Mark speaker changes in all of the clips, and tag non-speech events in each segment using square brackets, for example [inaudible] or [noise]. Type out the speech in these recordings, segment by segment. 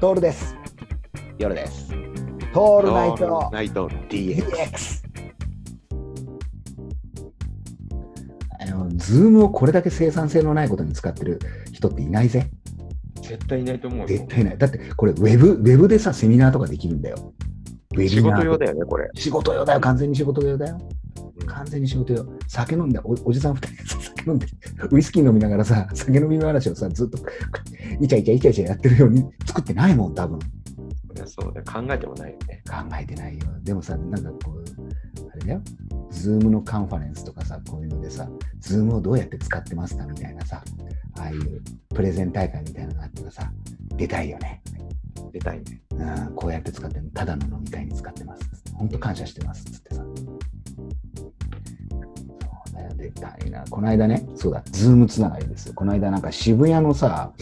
Speaker 1: トールです。
Speaker 2: 夜です。
Speaker 1: ト
Speaker 2: オ
Speaker 1: ールナイト
Speaker 2: ナイト DX。
Speaker 1: DX。あの、ズームをこれだけ生産性のないことに使ってる人っていないぜ。
Speaker 3: 絶対いないと思うよ。
Speaker 1: 絶対いない。だって、これウェブ、ウェブでさ、セミナーとかできるんだよ。ウェビナー
Speaker 2: 仕
Speaker 1: とか
Speaker 2: 事用だよね、これ。
Speaker 1: 仕事用だよ、完全に仕事用だよ。完全に仕事用。酒飲んで、おおじさん二人がさ酒飲んで、ウイスキー飲みながらさ、酒飲み話をさ、ずっと、イチャイチャイチャイチャやってるように作ってないもん、多分。
Speaker 2: そりゃそうだよ考えてもないよね。
Speaker 1: 考えてないよ。でもさ、なんかこう、あれだよ。ズームのカンファレンスとかさ、こういうのでさ、ズームをどうやって使ってますかみたいなさ、ああいうプレゼン大会みたいなのがあったらさ、出たいよね。
Speaker 2: 出たいね。
Speaker 1: うん、こうやって使ってるのただの飲み会に使ってます。本当感謝してます。つってさ。そうだよ、でかいな。この間ね、そうだ、ズームつながりですよ。この間なんか渋谷のさ、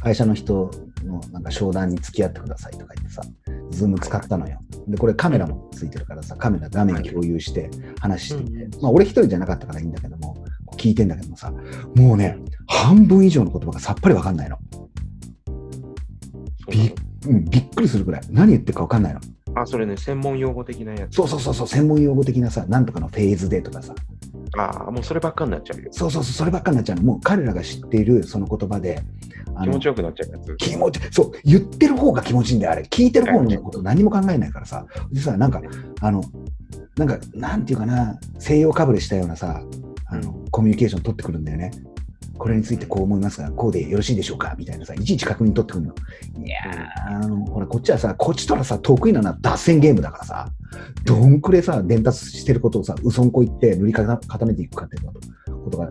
Speaker 1: 会社の人のなんか商談に付き合ってくださいとか言ってさ、ズーム使ったのよ。で、これカメラもついてるからさ、カメラ画面共有して話してて、まあ俺一人じゃなかったからいいんだけども、聞いてんだけどもさ、もうね、半分以上の言葉がさっぱりわかんないの。
Speaker 2: そうなの
Speaker 1: うん、びっくりするぐらい。何言ってるかわかんないの。
Speaker 2: あ、それね、専門用語的なやつ。
Speaker 1: そうそうそうそう、専門用語的なさ、なんとかのフェーズでとかさ、
Speaker 2: ああ、もうそればっかになっちゃうよ。
Speaker 1: そうそうそう、そればっかになっちゃうの。もう彼らが知っているその言葉で、あ
Speaker 2: 気
Speaker 1: の
Speaker 2: 持ちよくなっちゃうやつ。
Speaker 1: 気持ち、そう、言ってる方が気持ちいいんだよ、あれ。聞いてる方のこと何も考えないからさ、実はなんか、あの、なんか、なんていうかな、西洋かぶれしたようなさ、あの、コミュニケーション取ってくるんだよね。これについてこう思いますが、こうでよろしいでしょうかみたいなさ、いちいち確認取ってくるの。いやー、あの、ほら、こっちはさ、こっちとらさ、得意なのは脱線ゲームだからさ、どんくれさ、伝達してることをさ、うそんこ言って塗り固固めていくかっていうこと [laughs] が、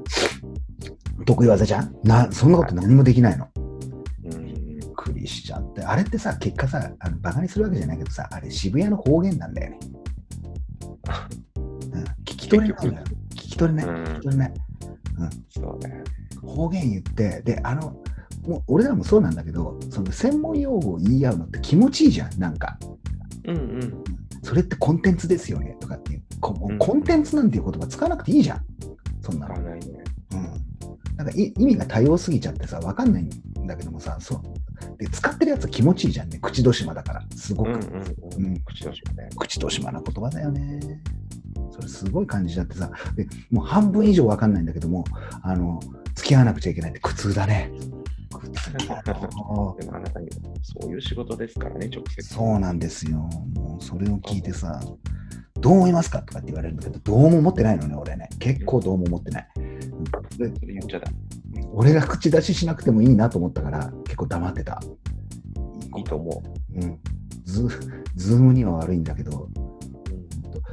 Speaker 1: 得意技じゃんな、そんなこと何もできないの。
Speaker 2: うん。
Speaker 1: びっくりしちゃって、あれってさ、結果さ、あのバカにするわけじゃないけどさ、あれ渋谷の方言なんだ
Speaker 2: [laughs]
Speaker 1: よね。うん、聞き取れないんだよ。聞き取れない。
Speaker 2: うん
Speaker 1: 聞き取れない。
Speaker 2: そうだよね。
Speaker 1: 方言言って、で、あの、もう俺らもそうなんだけど、その専門用語を言い合うのって気持ちいいじゃん、なんか。
Speaker 2: うんうん。
Speaker 1: それってコンテンツですよねとかっていう、こもう
Speaker 2: うん
Speaker 1: コンテンツなんていう言葉使わなくていいじゃん、そんな
Speaker 2: 使
Speaker 1: の
Speaker 2: わ。ないね。
Speaker 1: うんなんかい意味が多様すぎちゃってさ、わかんないんだけどもさ、そう。で、使ってるやつは気持ちいいじゃんね、口ど島だから、すご
Speaker 2: うん
Speaker 1: く。
Speaker 2: うんう
Speaker 1: うん
Speaker 2: ん。口出しもね。 [laughs]
Speaker 1: 口と島な言葉だよね。それすごい感じちゃってさ、でもう半分以上わかんないんだけども、あの、付き合わなくちゃいけないって苦痛だ
Speaker 2: [laughs]
Speaker 1: ね。苦痛だよ
Speaker 2: でもあなたにそういう仕事ですからね、直接。
Speaker 1: そうなんですよ。もうそれを聞いてさ、どう思いますかとかって言われるんだけど、どうも思ってないのね、俺ね。結構どうも思ってない。うんで
Speaker 2: それ言っちゃだ。
Speaker 1: 俺が口出ししなくてもいいなと思ったから、結構黙ってた。
Speaker 2: いいと思
Speaker 1: うん。ズズームには悪いんだけど、
Speaker 2: う。うん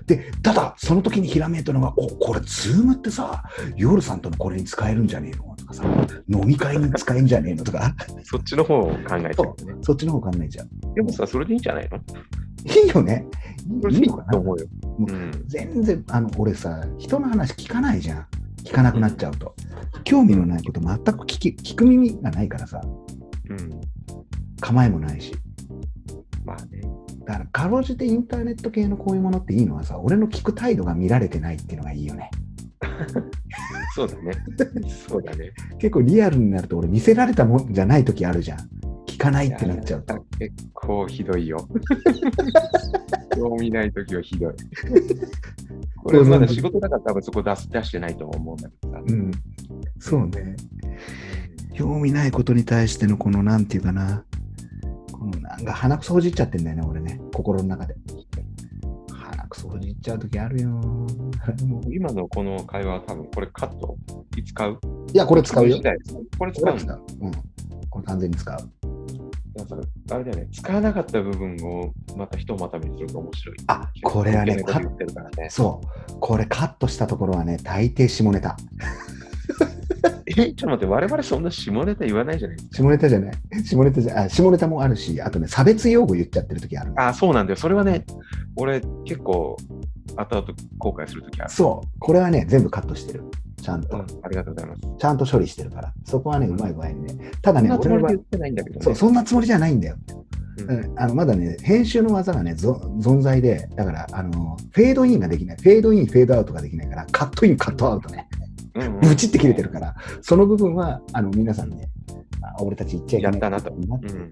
Speaker 1: でただその時にひらめいたのが「おこれズームってさ夜さんとのこれに使えるんじゃねえの?」とかさ「飲み会に使えんじゃねえの?」とか [laughs]
Speaker 2: そっちの方を考えちゃうよね。
Speaker 1: そっちの方考えちゃう
Speaker 2: でもさ、それでいいんじゃないの
Speaker 1: いいよね
Speaker 2: それ
Speaker 1: いい
Speaker 2: でいい
Speaker 1: のか
Speaker 2: と
Speaker 1: な
Speaker 2: 思うよ。うん。
Speaker 1: 全然あの俺さ人の話聞かないじゃん聞かなくなっちゃうと興味のないこと全く聞き聞く耳がないからさ
Speaker 2: うん。
Speaker 1: 構えもないし
Speaker 2: まあね。
Speaker 1: だからかろうじてインターネット系のこういうものっていいのはさ俺の聞く態度が見られてないっていうのがいいよね
Speaker 2: そうだね。そう
Speaker 1: [laughs]
Speaker 2: だね。
Speaker 1: 結構リアルになると俺見せられたもんじゃない時あるじゃん聞かないってなっちゃうと
Speaker 2: 結構ひど
Speaker 1: [laughs]
Speaker 2: いよ。興味ないときはひどい。これまだ仕事だから多分そこ出す出してないと思うんだけどさ。
Speaker 1: うん、そうね。興味ないことに対してのこの、なんていうかな、このなんか鼻くそほじっちゃってんだよね、俺ね、心の中で。鼻くそほじっちゃうときあるよ。 [laughs] もう
Speaker 2: 今のこの会話は多分これカットいつ使う
Speaker 1: いや、これ使うよ
Speaker 2: 次。第ですこれ使
Speaker 1: こ
Speaker 2: う
Speaker 1: れ
Speaker 2: ん
Speaker 1: 使
Speaker 2: だ。
Speaker 1: う。うん。これ完全に使う。
Speaker 2: なんかあれだよね。使わなかった部分をまたひとまとめにすると面白い。
Speaker 1: あ、これはね、
Speaker 2: 結構
Speaker 1: カ
Speaker 2: 言
Speaker 1: ッ
Speaker 2: ってるからね。
Speaker 1: そう。これカットしたところはね、大抵下ネタ。
Speaker 2: え、ちょっと待って、我々そんな下ネタ言わないじゃないですか。
Speaker 1: 下ネタじゃない。下ネタじゃあ、下ネタもあるし、あとね、差別用語言っちゃってるときあるの。
Speaker 2: あ、そうなんだよ。それはね、俺結構後々後悔するときある。
Speaker 1: そう。これはね、全部カットしてる。ちゃんと。
Speaker 2: うんありがとうございます。
Speaker 1: ちゃんと処理してるから、そこはね、うまい具合にね。ただ
Speaker 2: そん
Speaker 1: ね、
Speaker 2: なつも
Speaker 1: 俺
Speaker 2: りで
Speaker 1: は
Speaker 2: 言ってないんだけどね。
Speaker 1: そうそんなつもりじゃないんだよ。
Speaker 2: うん
Speaker 1: うんあのまだね、編集の技がね、ぞ存在で、だからあの、フェードインができない、フェードイン、フェードアウトができないから、カットイン、カットアウトね、
Speaker 2: うんうん
Speaker 1: ブチって切れてるから、その部分はあの皆さんね、あ俺たち言っちゃいけない
Speaker 2: やったなと
Speaker 1: なっていう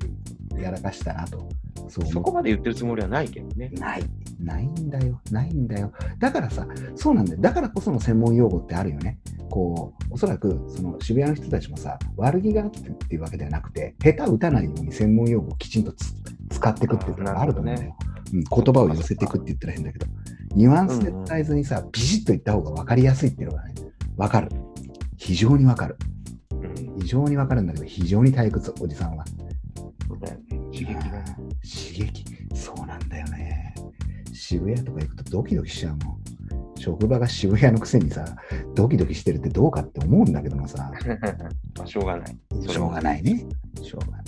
Speaker 2: うん
Speaker 1: やらかしたなと、そう
Speaker 2: そ
Speaker 1: 思
Speaker 2: こまで言ってるつもりはないけどね
Speaker 1: う。。ない、ないんだよ、ないんだよ。だからさ、そうなんだよ。だからこその専門用語ってあるよね。こう、おそらく、その渋谷の人たちもさ、悪気があってっていうわけではなくて、下手打たないように専門用語をきちんとつ使っていくっていうのがあると思うんだよ。うん、言葉を寄せていくって言ったら変だけど、ニュアンスで伝えずにさ、ビシッと言った方が分かりやすいっていうのがね、分かる。非常に分かる。
Speaker 2: うん。
Speaker 1: 非常に分かるんだけど、非常に退屈、おじさんは。
Speaker 2: そうだよね。刺激
Speaker 1: [laughs]
Speaker 2: がね。
Speaker 1: 刺激そうなんだよね渋谷とか行くとドキドキしちゃうもん職場が渋谷のくせにさドキドキしてるってどうかって思うんだけどもさ
Speaker 2: まあ、しょうがない。それは
Speaker 1: しょうがないねしょうが